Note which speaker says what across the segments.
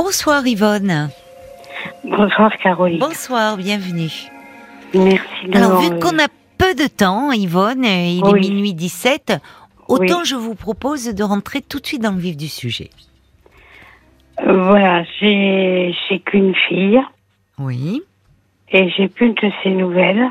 Speaker 1: Bonsoir Yvonne.
Speaker 2: Bonsoir Caroline.
Speaker 1: Bonsoir, bienvenue.
Speaker 2: Merci de
Speaker 1: Alors,
Speaker 2: m'avoir,
Speaker 1: vu qu'on a peu de temps, Yvonne, euh, il est
Speaker 2: Oui.
Speaker 1: minuit 17, autant
Speaker 2: Oui.
Speaker 1: je vous propose de rentrer tout de suite dans le vif du sujet.
Speaker 2: euh, voilà, j'ai j'ai qu'une fille
Speaker 1: Oui.
Speaker 2: et j'ai plus de ses nouvelles.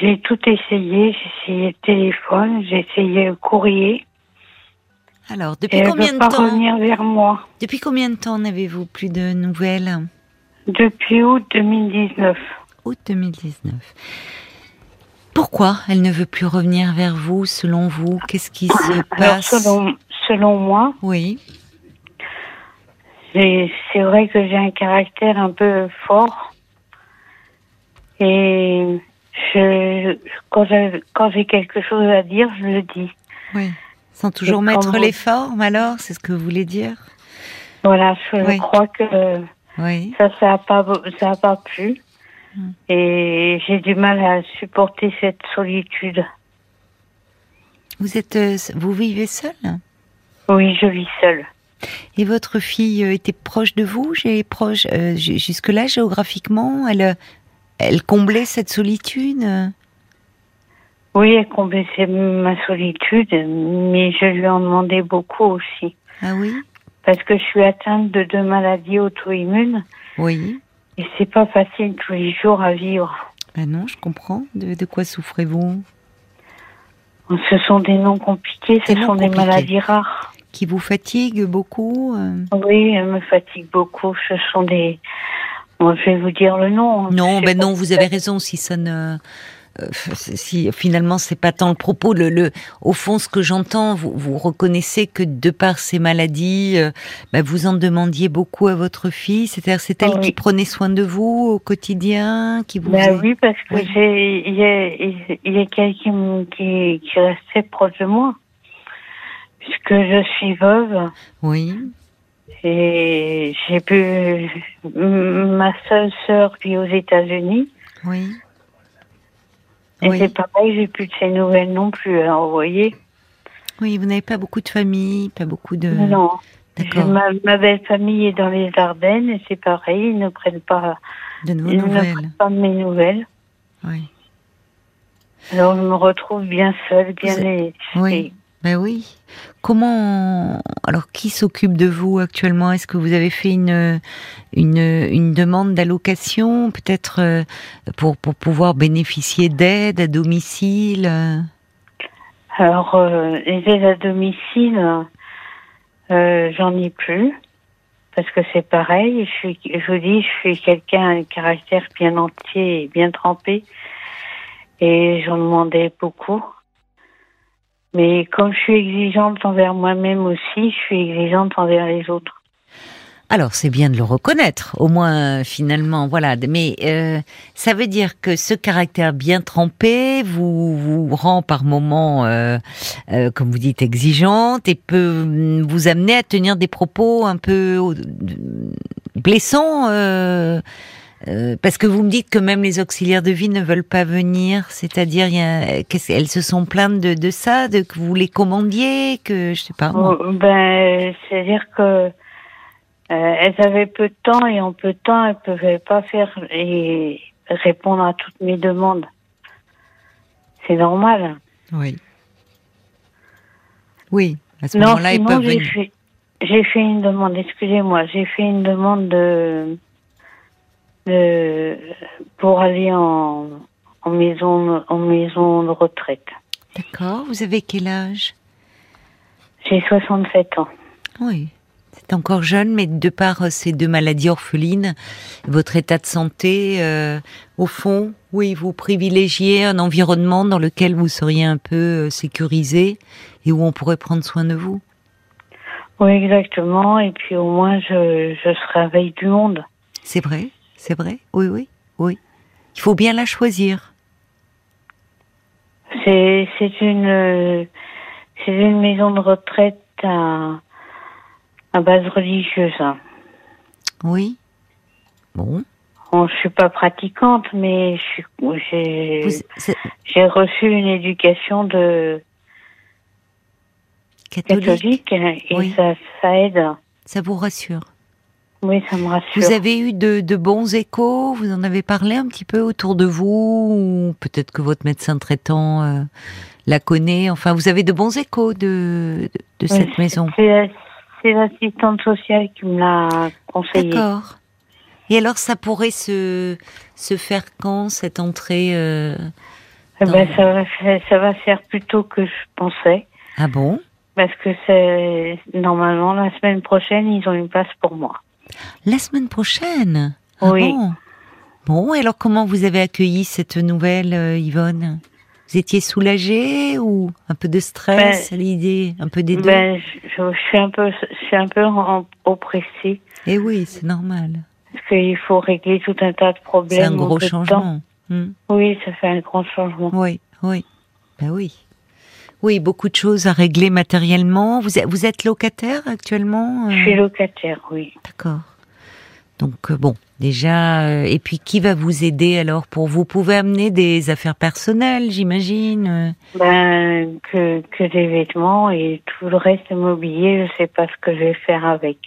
Speaker 2: J'ai tout essayé, j'ai essayé le téléphone, j'ai essayé le courrier.
Speaker 1: Alors,
Speaker 2: Et
Speaker 1: depuis
Speaker 2: elle
Speaker 1: combien
Speaker 2: ne
Speaker 1: de
Speaker 2: veut pas
Speaker 1: temps
Speaker 2: revenir vers moi
Speaker 1: Depuis combien de temps n'avez-vous plus de nouvelles
Speaker 2: depuis août 2019.
Speaker 1: Août 2019. Pourquoi elle ne veut plus revenir vers vous, selon vous Qu'est-ce qui se
Speaker 2: Alors
Speaker 1: passe
Speaker 2: selon, selon moi,
Speaker 1: Oui,
Speaker 2: j'ai- c'est vrai que j'ai un caractère un peu fort. Et je, quand j'ai- quand j'ai quelque chose à dire, je le dis.
Speaker 1: oui. Sans toujours
Speaker 2: quand
Speaker 1: mettre
Speaker 2: vous-
Speaker 1: les formes, alors C'est ce que vous voulez dire
Speaker 2: Voilà, je
Speaker 1: Oui.
Speaker 2: crois que
Speaker 1: Oui.
Speaker 2: ça, ça a pas, ça a pas plu.
Speaker 1: Mm.
Speaker 2: Et j'ai du mal à supporter cette solitude.
Speaker 1: Vous, êtes, euh, vous vivez seule
Speaker 2: Oui, je vis seule.
Speaker 1: Et votre fille euh, était proche de vous, j'ai proche euh, ju- jusque-là géographiquement, elle euh, elle comblait cette solitude. euh.
Speaker 2: Oui, elle comblait ma solitude, mais je lui en demandais beaucoup aussi.
Speaker 1: Ah oui,
Speaker 2: Parce que je suis atteinte de deux maladies auto-immunes
Speaker 1: oui.
Speaker 2: et c'est pas facile tous les jours à vivre.
Speaker 1: Ben non, je comprends. De, de quoi souffrez-vous
Speaker 2: Ce sont des noms compliqués, ce
Speaker 1: Des noms
Speaker 2: sont des
Speaker 1: compliqués.
Speaker 2: maladies rares.
Speaker 1: Qui vous fatigue beaucoup euh
Speaker 2: Oui, elle me fatigue beaucoup. Ce sont des. Bon, je vais vous dire le nom. hein,
Speaker 1: Non,
Speaker 2: Je sais
Speaker 1: ben
Speaker 2: pas
Speaker 1: non, vous avez raison. Si ça ne, euh, si finalement c'est pas tant le propos, le, le- au fond ce que j'entends, vous, vous reconnaissez que de par ces maladies, euh, ben, vous en demandiez beaucoup à votre fille. C'est-à-dire c'est elle
Speaker 2: Oui.
Speaker 1: qui prenait soin de vous au quotidien, qui vous.
Speaker 2: Ben
Speaker 1: faisait-
Speaker 2: oui, parce que
Speaker 1: Oui.
Speaker 2: j'ai, il y a, il y a quelqu'un qui, qui restait proche de moi. Puisque je suis veuve
Speaker 1: Oui,
Speaker 2: et j'ai pu, ma seule sœur vit aux États-Unis.
Speaker 1: oui.
Speaker 2: Et
Speaker 1: Oui.
Speaker 2: c'est pareil, j'ai plus de ses nouvelles non plus. Alors, vous voyez,
Speaker 1: Oui, vous n'avez pas beaucoup de famille, pas beaucoup de.
Speaker 2: non. J'ai-
Speaker 1: Euh, D'accord.
Speaker 2: Ma, ma belle famille est dans les Ardennes et c'est pareil, ils ne prennent pas,
Speaker 1: De vos
Speaker 2: ils ne
Speaker 1: nouvelles.
Speaker 2: prennent pas de mes nouvelles.
Speaker 1: Oui.
Speaker 2: Alors, je me retrouve bien seule, bien
Speaker 1: Vous-
Speaker 2: et-
Speaker 1: Oui. Ben oui. Comment alors qui s'occupe de vous actuellement Est-ce que vous avez fait une une, une demande d'allocation peut-être euh, pour pour pouvoir bénéficier d'aide à domicile euh
Speaker 2: Alors, euh, les aides à domicile, euh, j'en ai plus. Parce que c'est pareil, je, suis, je vous dis, je suis quelqu'un à un caractère bien entier et bien trempé. Et j'en demandais beaucoup. Mais comme je suis exigeante envers moi-même aussi, je suis exigeante envers les autres.
Speaker 1: Alors c'est bien de le reconnaître, au moins euh, finalement, voilà. Mais euh, ça veut dire que ce caractère bien trempé vous, vous rend par moments, euh, euh, comme vous dites, exigeante et peut mm, vous amener à tenir des propos un peu euh, blessants. euh, euh, parce que vous me dites que même les auxiliaires de vie ne veulent pas venir, c'est-à-dire il y a- qu'est-ce- elles se sont plaintes de, de ça, de que vous les commandiez, que je sais pas. moi.
Speaker 2: Oh, Ben, c'est-à-dire que euh, elles avaient peu de temps et en peu de temps, elles pouvaient pas faire et répondre à toutes mes demandes. C'est normal.
Speaker 1: Oui. Oui, à ce
Speaker 2: Non,
Speaker 1: moment-là, ils
Speaker 2: sinon
Speaker 1: peuvent
Speaker 2: j'ai
Speaker 1: venir.
Speaker 2: fait, j'ai fait une demande, excusez-moi, j'ai fait une demande de, de pour aller en, en maison en maison de retraite.
Speaker 1: D'accord. Vous avez quel âge
Speaker 2: J'ai 67 ans.
Speaker 1: Oui. C'est encore jeune, mais de par euh, ces deux maladies orphelines, votre état de santé, euh, au fond, oui, vous privilégiez un environnement dans lequel vous seriez un peu euh, sécurisé et où on pourrait prendre soin de vous.
Speaker 2: Oui, exactement. Et puis au moins je, je serai à veille du monde.
Speaker 1: C'est vrai, c'est vrai. Oui, oui, oui. Il faut bien la choisir.
Speaker 2: C'est c'est une euh, c'est une maison de retraite à, à base religieuse. hein.
Speaker 1: Oui. Bon.
Speaker 2: Bon, je suis pas pratiquante, mais je suis j'ai
Speaker 1: Vous- c'est
Speaker 2: J'ai reçu une éducation de
Speaker 1: catholique.
Speaker 2: catholique hein, et
Speaker 1: Oui.
Speaker 2: ça, ça aide.
Speaker 1: Ça vous rassure.
Speaker 2: Oui, ça me rassure.
Speaker 1: Vous avez eu de, de bons échos Vous en avez parlé un petit peu autour de vous Ou Peut-être que votre médecin traitant euh, la connaît. Enfin, vous avez de bons échos de, de, de
Speaker 2: Oui,
Speaker 1: cette
Speaker 2: c'est-
Speaker 1: maison.
Speaker 2: c'est la- C'est l'assistante sociale qui me l'a conseillé.
Speaker 1: D'accord. Et alors, ça pourrait se, se faire quand cette entrée euh,
Speaker 2: Eh ben,
Speaker 1: Dans-
Speaker 2: ça, va faire, ça va faire plus tôt que je pensais.
Speaker 1: Ah bon
Speaker 2: Parce que c'est normalement la semaine prochaine, ils ont une place pour moi.
Speaker 1: La semaine prochaine Ah
Speaker 2: Oui.
Speaker 1: Bon, Bon, et alors comment vous avez accueilli cette nouvelle, euh, Yvonne Vous étiez soulagée ou un peu de stress à l'idée Un peu des deux
Speaker 2: Ben, je, je- je suis un peu, je suis un peu en- oppressée
Speaker 1: Eh oui, c'est normal.
Speaker 2: parce qu'il faut régler tout un tas de problèmes.
Speaker 1: C'est un
Speaker 2: en
Speaker 1: gros
Speaker 2: peu de temps.
Speaker 1: changement. Hmm.
Speaker 2: Oui, ça fait un grand changement.
Speaker 1: Oui, oui. Ben oui. Oui, beaucoup de choses à régler matériellement. Vous êtes, vous êtes locataire actuellement euh,
Speaker 2: Je suis locataire, oui.
Speaker 1: D'accord. Donc euh, bon, déjà, euh, et puis qui va vous aider alors pour vous pouvez amener des affaires personnelles, j'imagine. euh.
Speaker 2: Ben, que, que des vêtements et tout le reste mobilier, je sais pas ce que je vais faire avec.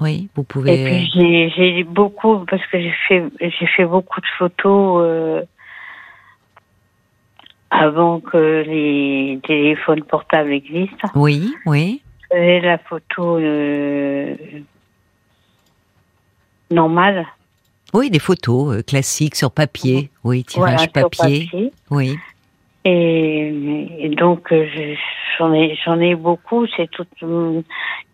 Speaker 1: Oui, vous
Speaker 2: Et,
Speaker 1: pouvez.
Speaker 2: puis j'ai- j'ai beaucoup parce que j'ai fait j'ai fait beaucoup de photos euh, avant que les téléphones portables existent.
Speaker 1: euh, Oui, oui,
Speaker 2: Je faisais la photo euh, normale,
Speaker 1: oui, des photos euh, classiques sur papier. Oui,
Speaker 2: voilà,
Speaker 1: tirage
Speaker 2: sur
Speaker 1: papier.
Speaker 2: papier.
Speaker 1: Oui,
Speaker 2: Et, et donc euh, je- j'en ai j'en ai beaucoup, c'est tout euh,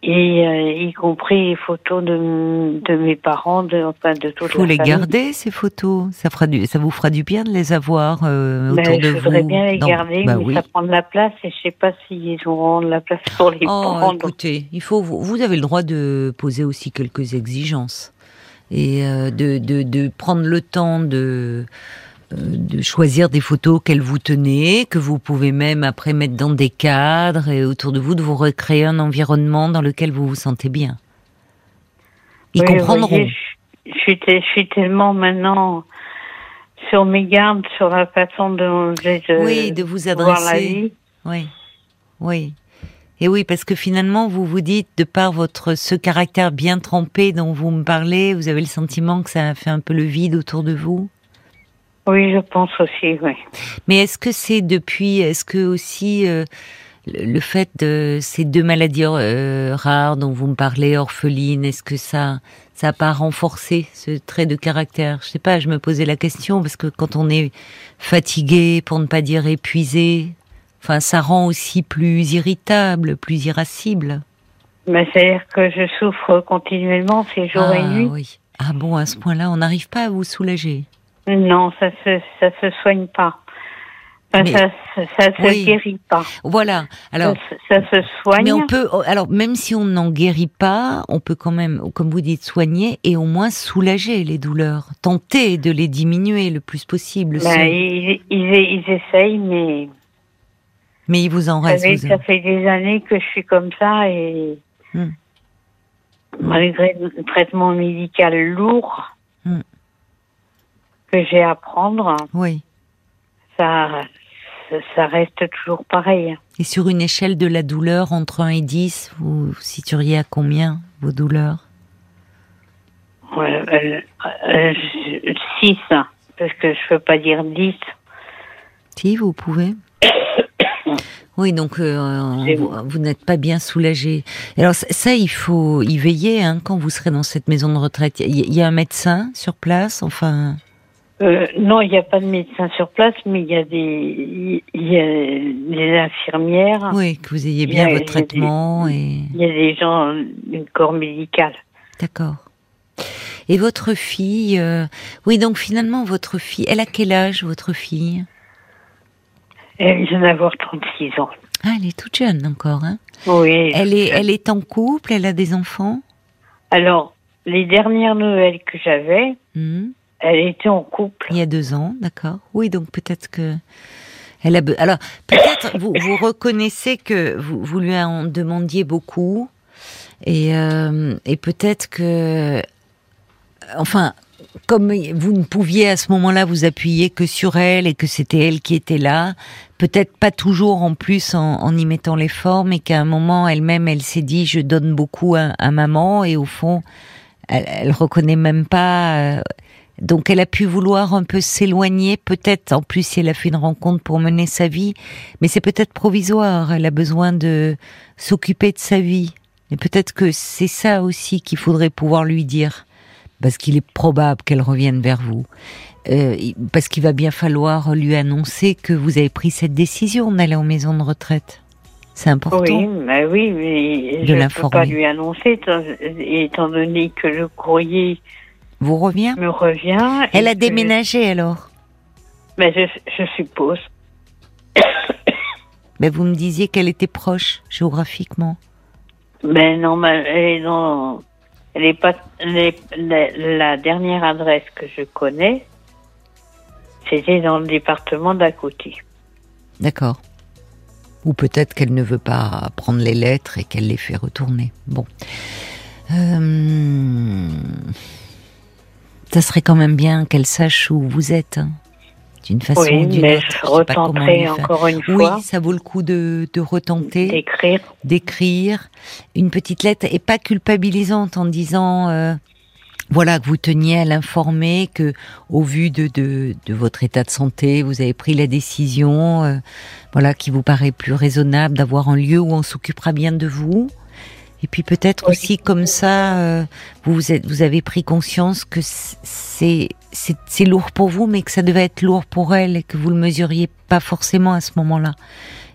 Speaker 2: et euh, y compris les photos de de mes parents, de enfin de toute
Speaker 1: faut
Speaker 2: la
Speaker 1: les
Speaker 2: famille.
Speaker 1: garder ces photos. Ça fera du, ça vous fera du bien de les avoir euh,
Speaker 2: Ben,
Speaker 1: autour de
Speaker 2: je
Speaker 1: vous.
Speaker 2: voudrais bien les
Speaker 1: Dans-
Speaker 2: garder,
Speaker 1: bah
Speaker 2: mais
Speaker 1: oui.
Speaker 2: ça prend de la place et je sais pas s'ils auront de la place pour les
Speaker 1: Oh,
Speaker 2: prendre.
Speaker 1: écoutez, il faut, vous vous avez le droit de poser aussi quelques exigences et euh, de, de, de prendre le temps de, euh, de choisir des photos qu'elles vous tenez, que vous pouvez même après mettre dans des cadres et autour de vous, de vous recréer un environnement dans lequel vous vous sentez bien. Ils
Speaker 2: Oui, vous
Speaker 1: comprendront.
Speaker 2: voyez, je, je suis, te- je suis tellement maintenant sur mes gardes, sur la façon dont j'ai de,
Speaker 1: oui, de vous
Speaker 2: voir la
Speaker 1: adresser.
Speaker 2: vie.
Speaker 1: Oui, oui. Et oui, parce que finalement, vous vous dites, de par votre ce caractère bien trempé dont vous me parlez, vous avez le sentiment que ça a fait un peu le vide autour de vous.
Speaker 2: Oui, je pense aussi, oui.
Speaker 1: Mais est-ce que c'est depuis, est-ce que aussi euh, le le fait de ces deux maladies euh, rares dont vous me parlez, orphelines, est-ce que ça, ça a pas renforcé ce trait de caractère Je sais pas, je me posais la question parce que quand on est fatigué, pour ne pas dire épuisé, enfin, ça rend aussi plus irritable, plus irascible.
Speaker 2: Mais c'est-à-dire que je souffre continuellement ces jours et
Speaker 1: ah,
Speaker 2: nuits.
Speaker 1: oui. Ah bon, à ce point-là, on n'arrive pas à vous soulager.
Speaker 2: Non, ça se, ça se soigne pas. Enfin,
Speaker 1: Mais-
Speaker 2: ça, se- ça se
Speaker 1: Oui.
Speaker 2: guérit pas.
Speaker 1: Voilà. Alors,
Speaker 2: ça, se- ça se soigne.
Speaker 1: Mais on peut, oh, alors même si on n'en guérit pas, on peut quand même, comme vous dites, soigner et au moins soulager les douleurs, tenter de les diminuer le plus possible.
Speaker 2: Ben,
Speaker 1: seul.
Speaker 2: ils, ils, ils essayent, mais
Speaker 1: Mais il vous en
Speaker 2: Vous
Speaker 1: reste.
Speaker 2: savez,
Speaker 1: vous en-
Speaker 2: ça fait des années que je suis comme ça et
Speaker 1: Hmm.
Speaker 2: malgré le traitement médical lourd
Speaker 1: Hmm.
Speaker 2: que j'ai à prendre,
Speaker 1: Oui.
Speaker 2: ça, ça, ça reste toujours pareil.
Speaker 1: Et sur une échelle de la douleur entre 1 et 10, vous vous situeriez à combien vos douleurs
Speaker 2: Ouais, euh, euh, je- Six, hein, parce que je peux pas dire 10.
Speaker 1: Si vous pouvez. Oui, donc euh,
Speaker 2: C'est
Speaker 1: vous, vous n'êtes pas bien soulagé. Alors ça, ça, il faut y veiller hein, quand vous serez dans cette maison de retraite. Il y, il y a un médecin sur place, enfin.
Speaker 2: Euh, non, il n'y a pas de médecin sur place, mais il y a des, il y a des infirmières,
Speaker 1: Oui, que vous ayez
Speaker 2: Il y
Speaker 1: bien
Speaker 2: a-
Speaker 1: votre
Speaker 2: il y a des-
Speaker 1: traitement et
Speaker 2: il y a des gens euh, du corps médical.
Speaker 1: d'accord. Et votre fille, euh, oui, donc finalement votre fille, elle a quel âge votre fille
Speaker 2: Elle vient d'avoir 36 ans.
Speaker 1: Ah, elle est toute jeune encore. Hein
Speaker 2: Oui.
Speaker 1: elle est, elle est en couple, elle a des enfants.
Speaker 2: Alors, les dernières nouvelles que j'avais,
Speaker 1: Hmm,
Speaker 2: elle était en couple.
Speaker 1: Il y a deux ans, d'accord. Oui, donc peut-être que elle a. be- Alors peut-être vous vous reconnaissez que vous, vous lui en demandiez beaucoup et euh, et peut-être que enfin comme vous ne pouviez à ce moment-là vous appuyer que sur elle et que c'était elle qui était là, peut-être pas toujours en plus en, en y mettant l'effort, mais qu'à un moment elle-même elle s'est dit je donne beaucoup à, à maman et au fond elle, elle reconnaît même pas. euh, donc elle a pu vouloir un peu s'éloigner, peut-être en plus si elle a fait une rencontre pour mener sa vie, mais c'est peut-être provisoire. Elle a besoin de s'occuper de sa vie. Et peut-être que c'est ça aussi qu'il faudrait pouvoir lui dire parce qu'il est probable qu'elle revienne vers vous, Euh, il- parce qu'il va bien falloir lui annoncer que vous avez pris cette décision d'aller en maison de retraite. C'est important.
Speaker 2: Oui, bah oui,
Speaker 1: De
Speaker 2: mais je ne peux
Speaker 1: l'informer.
Speaker 2: pas lui annoncer, étant, étant donné que le courrier
Speaker 1: Vous revient
Speaker 2: me revient. et
Speaker 1: Elle a
Speaker 2: que-
Speaker 1: déménagé alors
Speaker 2: Mais je, je suppose.
Speaker 1: ben, Vous me disiez qu'elle était proche géographiquement.
Speaker 2: Mais non, mais elle est dans- elle est pas. elle est- la, la dernière adresse que je connais, c'était dans le département d'à côté.
Speaker 1: D'accord. Ou peut-être qu'elle ne veut pas prendre les lettres et qu'elle les fait retourner. Bon. Euh, Ça serait quand même bien qu'elle sache où vous êtes. hein, D'une façon ou
Speaker 2: oui,
Speaker 1: d'une
Speaker 2: mais
Speaker 1: autre.
Speaker 2: je
Speaker 1: sais pas comment lui
Speaker 2: retenterai
Speaker 1: faire.
Speaker 2: encore une
Speaker 1: Oui,
Speaker 2: fois
Speaker 1: ça vaut le coup de, de retenter,
Speaker 2: d'écrire.
Speaker 1: d'écrire une petite lettre et pas culpabilisante en disant euh, voilà que vous teniez à l'informer que au vu de, de de votre état de santé, vous avez pris la décision euh, voilà qui vous paraît plus raisonnable d'avoir un lieu où on s'occupera bien de vous. Et puis peut-être
Speaker 2: Oui.
Speaker 1: aussi comme ça, euh, vous vous êtes, vous avez pris conscience que c'est c'est c'est lourd pour vous, mais que ça devait être lourd pour elle et que vous le mesuriez pas forcément à ce moment-là,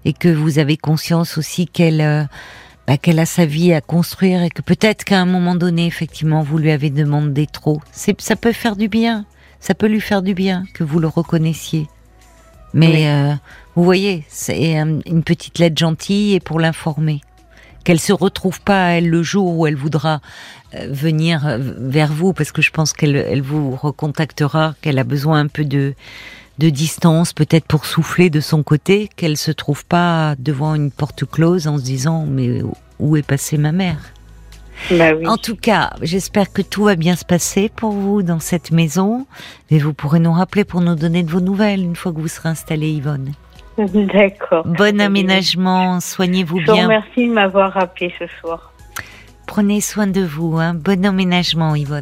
Speaker 1: et que vous avez conscience aussi qu'elle euh, bah, qu'elle a sa vie à construire et que peut-être qu'à un moment donné, effectivement, vous lui avez demandé trop. C'est ça peut faire du bien, ça peut lui faire du bien que vous le reconnaissiez. Mais
Speaker 2: Oui.
Speaker 1: euh, vous voyez, c'est euh, une petite lettre gentille et pour l'informer qu'elle se retrouve pas elle le jour où elle voudra euh, venir euh, vers vous parce que je pense qu'elle elle vous recontactera qu'elle a besoin un peu de de distance peut-être pour souffler de son côté qu'elle se trouve pas devant une porte close en se disant mais où est passée ma mère
Speaker 2: Bah oui.
Speaker 1: en tout cas, j'espère que tout va bien se passer pour vous dans cette maison. Et vous pourrez nous rappeler pour nous donner de vos nouvelles une fois que vous serez installée, Yvonne.
Speaker 2: D'accord.
Speaker 1: Bon
Speaker 2: Oui.
Speaker 1: aménagement, soignez-vous
Speaker 2: Je vous
Speaker 1: bien.
Speaker 2: remercie de m'avoir rappelé ce soir.
Speaker 1: Prenez soin de vous. Hein. Bon aménagement, Yvonne.